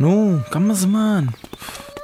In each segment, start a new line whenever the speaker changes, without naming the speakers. נו, כמה זמן.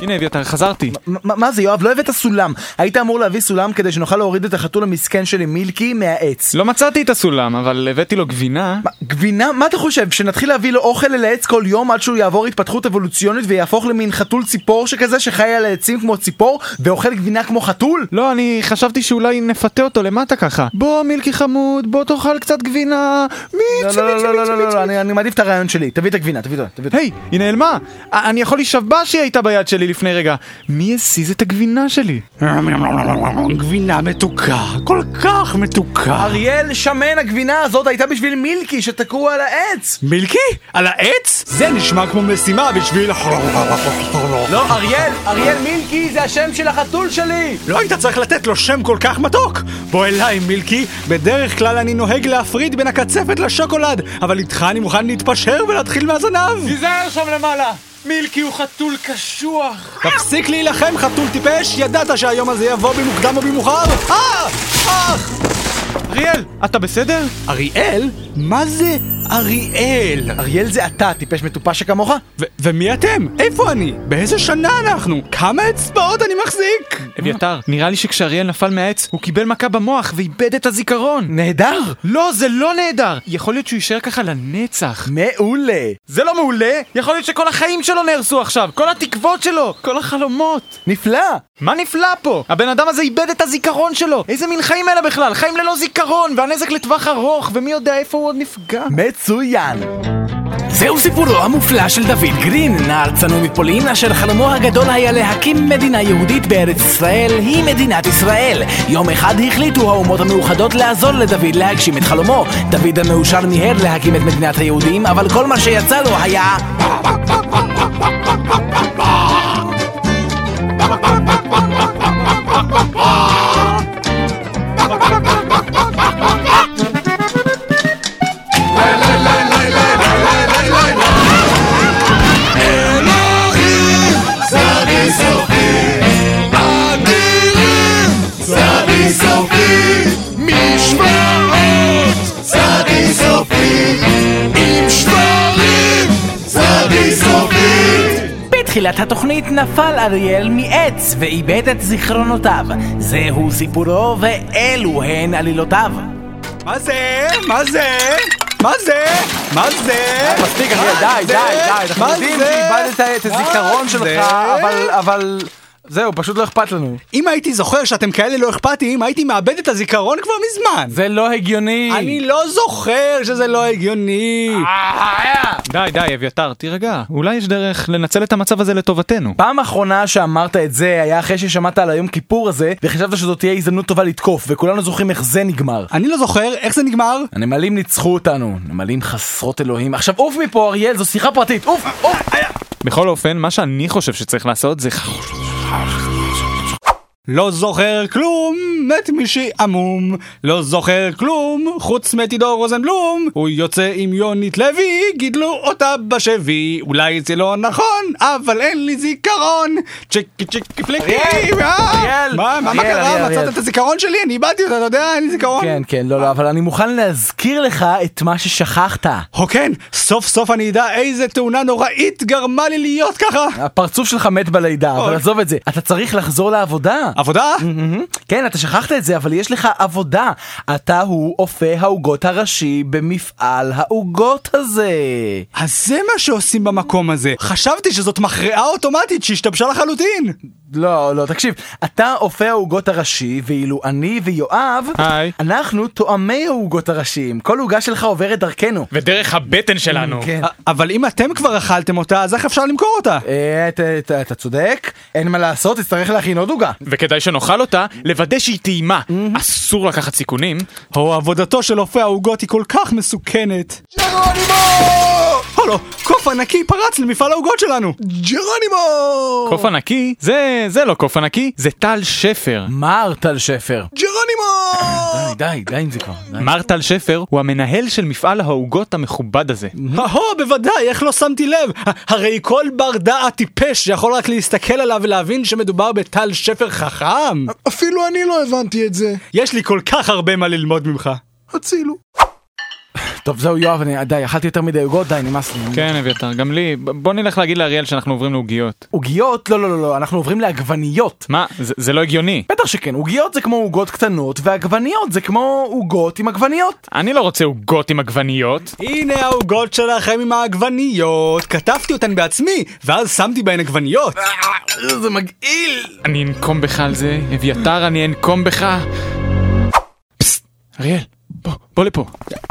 הנה אביתר, חזרתי.
מה מה זה יואב? לא הבאת סולם. היית אמור להביא סולם כדי שנוכל להוריד את החתול המסכן שלי מילקי מהעץ.
לא מצאתי את הסולם, אבל הבאתי לו גבינה.
מה, גבינה? מה אתה חושב? שנתחיל להביא לו אוכל אל העץ כל יום עד שהוא יעבור התפתחות אבולוציונית ויהפוך למין חתול ציפור שכזה שחי על העצים כמו ציפור ואוכל גבינה כמו חתול?
לא, אני חשבתי שאולי נפתה אותו למטה ככה. בוא, מילקי חמוד, בוא תאכל קצת גבינה.
לא
מיץ,
לא
מיץ,
לא לא
מיץ,
לא
מיץ,
לא לא,
מיץ.
אני אני מעדיף את הרעיון שלי. תביא את הגבינה, תביא אותה. תביא אותה.
היי, היא נעלמה. א- אני יכול לשאוף בה שהיא הייתה ביד שלי לפני רגע. מי הזיז את הגבינה שלי?
גבינה מתוקה, כל כך מתוקה.
אריאל שמן הגבינה הזאת הייתה בשביל מילקי שתקעו על העץ.
מילקי? על העץ? זה נשמע כמו משימה בשביל... לא,
לא, אריאל, אריאל מילקי זה השם של החתול שלי!
לא היית צריך לתת לו שם כל כך מתוק! בוא אליי, מילקי. בדרך כלל אני נוהג להפריד בין הקצפת לשוקולד, אבל איתך אני מוכן להתפשר ולהתחיל מהזנב!
תיזהר שם למעלה! מילקי הוא חתול קשוח!
תפסיק להילחם, חתול טיפש! ידעת שהיום הזה יבוא במוקדם או במאוחר! אה! אך!
אריאל, אתה בסדר?
אריאל? מה זה אריאל?
אריאל זה אתה, טיפש מטופש שכמוך?
ו- ומי אתם? איפה אני? באיזה שנה אנחנו? כמה אצבעות אני מחזיק?
אביתר, נראה לי שכשאריאל נפל מהעץ, הוא קיבל מכה במוח ואיבד את הזיכרון!
נהדר!
לא, זה לא נהדר! יכול להיות שהוא יישאר ככה לנצח.
מעולה!
זה לא מעולה! יכול להיות שכל החיים שלו נהרסו עכשיו! כל התקוות שלו! כל החלומות!
נפלא!
מה נפלא פה? הבן אדם הזה איבד את הזיכרון שלו! איזה מין חיים אלה בכלל? חיים ללא זיכרון! והנזק לטווח ארוך! ומי יודע איפה הוא עוד נפגע?
מצוין!
זהו סיפורו המופלא של דוד גרין, נער צנוע מפולין, אשר חלומו הגדול היה להקים מדינה יהודית בארץ ישראל, היא מדינת ישראל. יום אחד החליטו האומות המאוחדות לעזור לדוד להגשים את חלומו. דוד המאושר מיהר להקים את מדינת היהודים, אבל כל מה שיצא לו היה... בתחילת התוכנית נפל אריאל מעץ ואיבד את זיכרונותיו. זהו סיפורו ואלו הן עלילותיו.
מה זה? מה זה? מה זה? מה זה?
מספיק, אריאל,
מה
די, די,
זה?
די, אנחנו
מה
יודעים
זה?
שאיבדת את
מה
הזיכרון
זה?
שלך, אבל, אבל... זהו, פשוט לא אכפת לנו.
אם הייתי זוכר שאתם כאלה לא אכפתיים, הייתי מאבד את הזיכרון כבר מזמן.
זה לא הגיוני!
אני לא זוכר שזה לא הגיוני.
אה.
די, די, אביתר, תירגע. אולי יש דרך לנצל את המצב הזה לטובתנו.
פעם אחרונה שאמרת את זה היה אחרי ששמעת על היום כיפור הזה, וחשבת שזאת תהיה הזדמנות טובה לתקוף, וכולנו זוכרים איך זה נגמר.
אני לא זוכר איך זה נגמר.
הנמלים ניצחו אותנו, נמלים חסרות אלוהים. עכשיו עוף מפה אריאל, זו שיחה פרטית, עוף, עוף!
בכל אופן, מה שאני חושב שצריך לעשות זה...
לא זוכר כלום, מת מישהי עמום. לא זוכר כלום, חוץ מתידור רוזנבלום. הוא יוצא עם יונית לוי, גידלו אותה בשבי. אולי זה לא נכון, אבל אין לי זיכרון. צ'יקי צ'יקי פליקי.
אריאל,
אה?
אריאל,
מה, מה מה
אריאל,
קרה?
אריאל,
מצאת
אריאל.
את הזיכרון שלי? אני איבדתי אותו, אתה יודע, אין לי זיכרון.
כן, כן, לא, לא, אבל אני מוכן להזכיר לך את מה ששכחת.
הו כן, סוף סוף אני אדע איזה תאונה נוראית גרמה לי להיות ככה.
הפרצוף שלך מת בלידה, אבל
אוי.
עזוב את זה, אתה צריך לחזור לעבודה.
עבודה?
כן, אתה שכחת את זה, אבל יש לך עבודה. אתה הוא אופה העוגות הראשי במפעל העוגות הזה.
אז זה מה שעושים במקום הזה. חשבתי שזאת מכרעה אוטומטית שהשתבשה לחלוטין.
לא, לא, תקשיב, אתה אופה העוגות הראשי, ואילו אני ויואב,
היי.
אנחנו תואמי העוגות הראשיים. כל עוגה שלך עוברת דרכנו.
ודרך הבטן שלנו.
כן.
א- אבל אם אתם כבר אכלתם אותה, אז איך אפשר למכור אותה?
אה, אתה- אתה אתה צודק, אין מה לעשות, תצטרך להכין עוד עוגה.
וכדאי שנאכל אותה, לוודא שהיא טעימה. אסור לקחת סיכונים.
או עבודתו של אופי העוגות היא כל כך מסוכנת. ג'רנימו! הלו, קוף ענקי פרץ למפעל העוגות שלנו! ג'רנימו!
קוף ענקי? זה, זה לא קוף ענקי, זה טל שפר.
מר טל שפר.
ג'רנימו!
די, די, די עם זה כבר. די.
מר טל שפר הוא המנהל של מפעל העוגות המכובד הזה.
הו, בוודאי, איך לא שמתי לב? ה- הרי כל בר דעת טיפש שיכול רק להסתכל עליו ולהבין שמדובר בטל שפר חכם.
אפילו אני לא הבנתי את זה.
יש לי כל כך הרבה מה ללמוד ממך.
הצילו.
טוב, זהו, יואב, אני, די, אכלתי יותר מדי עוגות, די, נמאס לי.
כן, אביתר, גם לי. ב- בוא נלך להגיד לאריאל שאנחנו עוברים לעוגיות.
עוגיות? לא, לא, לא, לא, אנחנו עוברים לעגבניות.
מה? זה זה לא הגיוני.
בטח שכן, עוגיות זה כמו עוגות קטנות, ועגבניות זה כמו עוגות עם עגבניות.
אני לא רוצה עוגות עם עגבניות.
הנה העוגות שלכם עם העגבניות, כתבתי אותן בעצמי, ואז שמתי בהן עגבניות.
אה, זה מגעיל!
אני אנקום בך על זה, אביתר, אני אנקום בך. פסט, אריאל, בוא, בוא לפה.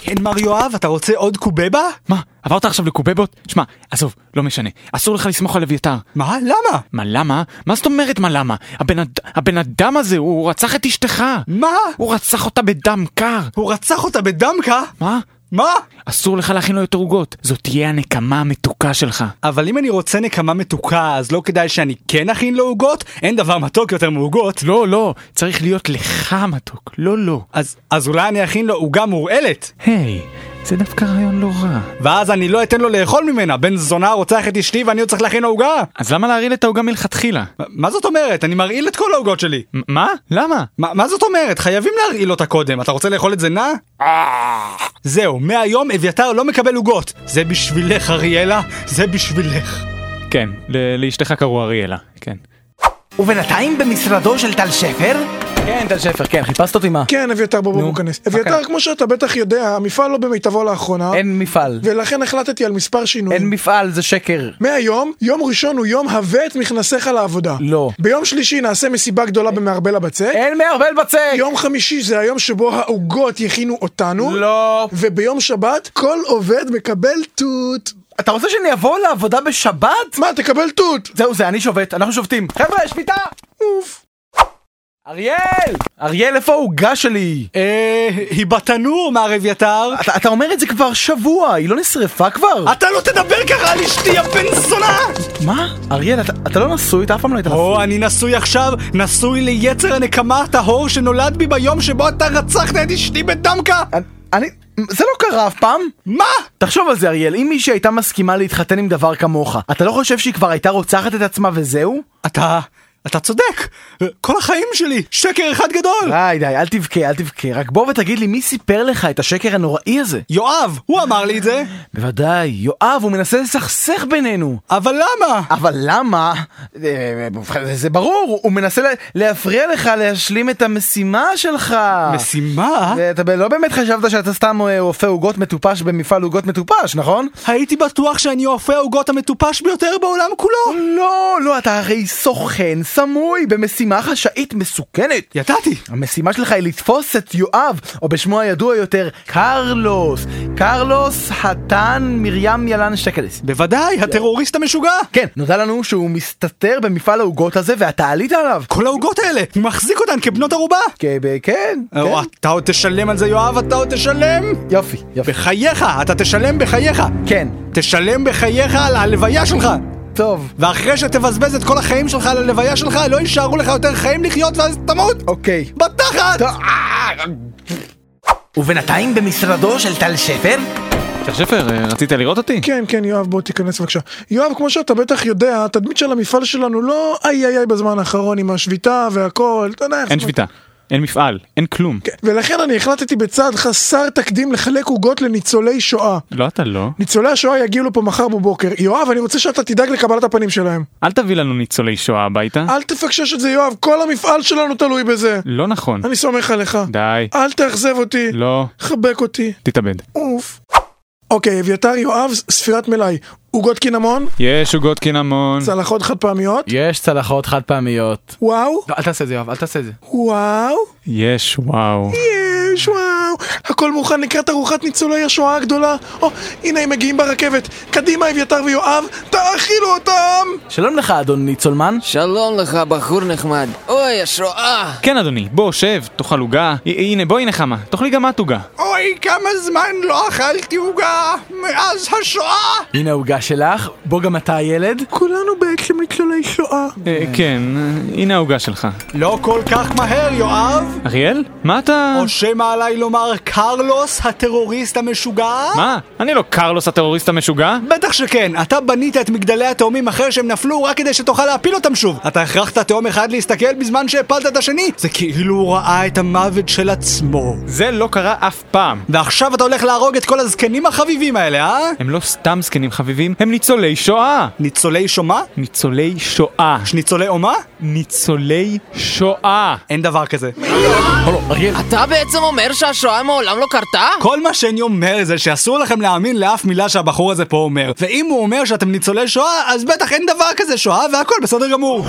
כן, מר יואב, אתה רוצה עוד קובבה?
מה, עברת עכשיו לקובבות? שמע, עזוב, לא משנה. אסור לך לסמוך על אביתר.
מה? למה?
מה למה? מה זאת אומרת מה למה? הבן, אד... הבן אדם הזה, הוא רצח את אשתך.
מה?
הוא רצח אותה בדם קר.
הוא רצח אותה בדמקה?
מה?
מה?
אסור לך להכין לו יותר עוגות. זאת תהיה הנקמה המתוקה שלך.
אבל אם אני רוצה נקמה מתוקה, אז לא כדאי שאני כן אכין לו עוגות? אין דבר מתוק יותר מעוגות.
לא, לא, צריך להיות לך מתוק. לא, לא.
אז, אז אולי אני אכין לו עוגה מורעלת,
היי, זה דווקא רעיון לא רע.
ואז אני לא אתן לו לאכול ממנה. בן זונה רוצח את אשתי ואני עוד צריך להכין לו עוגה?
אז למה להרעיל את העוגה מלכתחילה?
מה- מה זאת אומרת? אני מרעיל את כל העוגות שלי.
מ- מה? למה?
מה, מה זאת אומרת? חייבים להרעיל אותה קודם. אתה רוצה לאכול את זה נע? זהו, מהיום אביתר לא מקבל עוגות. זה בשבילך, אריאלה, זה בשבילך.
כן, ל- לאשתך קראו אריאלה, כן.
ובינתיים במשרדו של טל שפר? כן, טל שפר, כן, חיפשת אותי מה?
כן, אביתר, בוא בוא בוא כנס. אביתר, כמו שאתה בטח יודע, המפעל לא במיטבו לאחרונה,
אין מפעל.
ולכן החלטתי על מספר שינויים.
אין מפעל, זה שקר.
מהיום, יום ראשון הוא יום הווה את מכנסיך לעבודה.
לא.
ביום שלישי נעשה מסיבה גדולה במערבל הבצק.
אין מערבל בצק!
יום חמישי זה היום שבו העוגות יכינו אותנו.
לא.
וביום שבת כל עובד מקבל תות.
אתה רוצה שאני אבוא לעבודה בשבת?
מה, תקבל תות!
זהו, זה אני שובת, אנחנו שובתים. חבר'ה, שביתה!
אוף.
אריאל! אריאל, איפה העוגה שלי?
אה, היא בתנור, מר אביתר.
אתה, אתה אומר את זה כבר שבוע, היא לא נשרפה כבר?
אתה לא תדבר ככה על אשתי, הבן זונה!
מה? אריאל, אתה, אתה לא נשוי? אתה אף פעם לא היית נשוי.
או, אני נשוי עכשיו, נשוי ליצר הנקמה הטהור שנולד בי ביום שבו אתה רצחת את אשתי בדמקה!
אני- אני... זה לא קרה אף פעם.
מה?
תחשוב על זה, אריאל, אם מישהי הייתה מסכימה להתחתן עם דבר כמוך, אתה לא חושב שהיא כבר הייתה רוצחת את עצמה וזהו?
אתה... אתה צודק! כל החיים שלי, שקר אחד גדול!
די, די, אל תבכה, אל תבכה. רק בוא ותגיד לי, מי סיפר לך את השקר הנוראי הזה?
יואב, הוא אמר לי את זה,
בוודאי, יואב, הוא מנסה לסכסך בינינו.
אבל למה?
אבל למה? אה, אה, זה ברור, הוא מנסה לה- להפריע לך להשלים את המשימה שלך.
משימה?
אה, אתה ב- לא באמת חשבת שאתה סתם אה, אופה עוגות מטופש במפעל עוגות מטופש, נכון?
הייתי בטוח שאני אופה העוגות המטופש ביותר בעולם כולו!
לא, לא, אתה הרי סוכן סמוי במשימה חשאית מסוכנת.
ידעתי!
המשימה שלך היא לתפוס את יואב, או בשמו הידוע יותר, קרלוס. קרלוס חתן מרים ילן שקלס.
בוודאי, הטרוריסט המשוגע!
כן, נודע לנו שהוא מסתתר במפעל העוגות הזה ואתה עלית עליו.
כל העוגות האלה, הוא מחזיק אותן כבנות ערובה!
כן, ב- כן, כן.
או, אתה עוד תשלם על זה יואב, אתה עוד תשלם!
יופי, יופי.
בחייך, אתה תשלם בחייך!
כן,
תשלם בחייך על הלוויה שלך!
טוב.
ואחרי שתבזבז את כל החיים שלך על הלוויה שלך, לא יישארו לך יותר חיים לחיות ואז תמות!
אוקיי.
בתחת!
ובינתיים במשרדו של טל שפר?
טל שפר, אה, רצית לראות אותי?
כן, כן, יואב, בוא תיכנס בבקשה. יואב, כמו שאתה בטח יודע, התדמית של המפעל שלנו לא איי איי איי בזמן האחרון עם השביתה והכל, אתה יודע איך...
אין
זה-
שביתה, אין מפעל, אין כלום.
כן, ולכן אני החלטתי בצעד חסר תקדים לחלק עוגות לניצולי שואה.
לא, אתה לא.
ניצולי השואה יגיעו לפה מחר בבוקר. יואב, אני רוצה שאתה תדאג לקבלת הפנים שלהם.
אל תביא לנו ניצולי שואה הביתה.
אל תפקשש את זה, יואב, כל המפעל שלנו תלוי בזה.
אה? לא נכון.
אני סומך עליך.
די.
אל תאכזב אותי.
לא.
חבק אותי.
תתאבד.
אוף. אוקיי, אביתר יואב, ספירת מלאי. עוגות קינמון,
יש עוגות קינמון.
צלחות חד פעמיות,
אה.
יש צלחות חד פעמיות.
וואו,
לא, אל תעשה את זה, יואב, אל תעשה את זה.
וואו,
יש, וואו.
יש, וואו. הכל מוכן לקראת ארוחת ניצולי השואה הגדולה. או, הנה הם מגיעים ברכבת. קדימה, אביתר ויואב, תאכילו אותם!
שלום לך, אדון ניצולמן.
שלום לך, בחור נחמד. אוי, השואה!
כן, אדוני, בוא, שב, תאכל עוגה. ה- הנה, בואי נחמה, תאכלי גם את עוגה.
אוי, כמה זמן לא אכלתי עוגה מאז השואה!
הנה העוגה שלך, בוא גם אתה הילד.
כולנו בעצם ניצולי שואה.
אה, כן, אה, הנה העוגה שלך.
לא כל כך מהר, יואב!
אריאל? מה אתה...
או שמא עליי לומר מר קרלוס הטרוריסט המשוגע?
מה? אני לא קרלוס הטרוריסט המשוגע?
בטח שכן, אתה בנית את מגדלי התאומים אחרי שהם נפלו רק כדי שתוכל להפיל אותם שוב. אתה הכרחת תאום אחד להסתכל בזמן שהפלת את השני. זה כאילו הוא ראה את המוות של עצמו.
זה לא קרה אף פעם.
ועכשיו אתה הולך להרוג את כל הזקנים החביבים האלה, אה?
הם לא סתם זקנים חביבים, הם ניצולי שואה!
ניצולי שומה?
ניצולי שואה.
ניצולי אומה?
ניצולי שואה.
אין דבר כזה.
אתה בעצם אומר שהשואה מעולם לא קרתה?
כל מה שאני אומר זה שאסור לכם להאמין לאף מילה שהבחור הזה פה אומר. ואם הוא אומר שאתם ניצולי שואה, אז בטח אין דבר כזה שואה והכל בסדר גמור.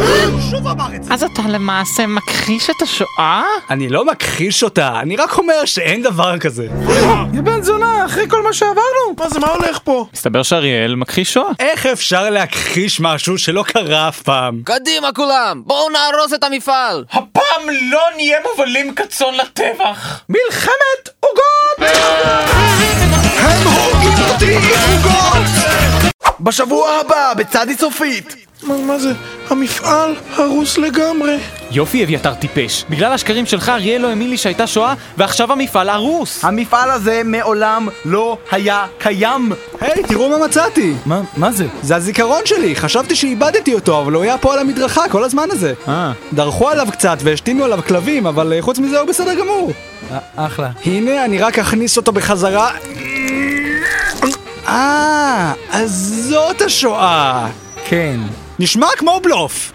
אז אתה למעשה מכחיש את השואה?
אני לא מכחיש אותה, אני רק אומר שאין דבר כזה.
יא בן זונה, אחרי כל מה שעברנו.
מה זה, מה הולך פה?
מסתבר שאריאל מכחיש שואה.
איך אפשר להכחיש משהו שלא קרה אף פעם?
קדימה כולם, בואו נהרוס את המפעל!
הפעם לא נהיה מובלים כצאן לטבח!
מלחמת עוגות!
הם הורגים אותי עם עוגות!
בשבוע הבא, בצדי צופית.
מה, מה זה? המפעל הרוס לגמרי.
יופי אביתר טיפש. בגלל השקרים שלך אריאל לא האמין לי שהייתה שואה, ועכשיו המפעל הרוס!
המפעל הזה מעולם לא היה קיים.
היי, תראו מה מצאתי!
מה, מה זה?
זה הזיכרון שלי, חשבתי שאיבדתי אותו, אבל הוא היה פה על המדרכה כל הזמן הזה.
אה.
דרכו עליו קצת והשתינו עליו כלבים, אבל אה, חוץ מזה הוא בסדר גמור.
אה, אחלה.
הנה, אני רק אכניס אותו בחזרה. אה, אז זאת השואה.
כן.
נשמע כמו בלוף.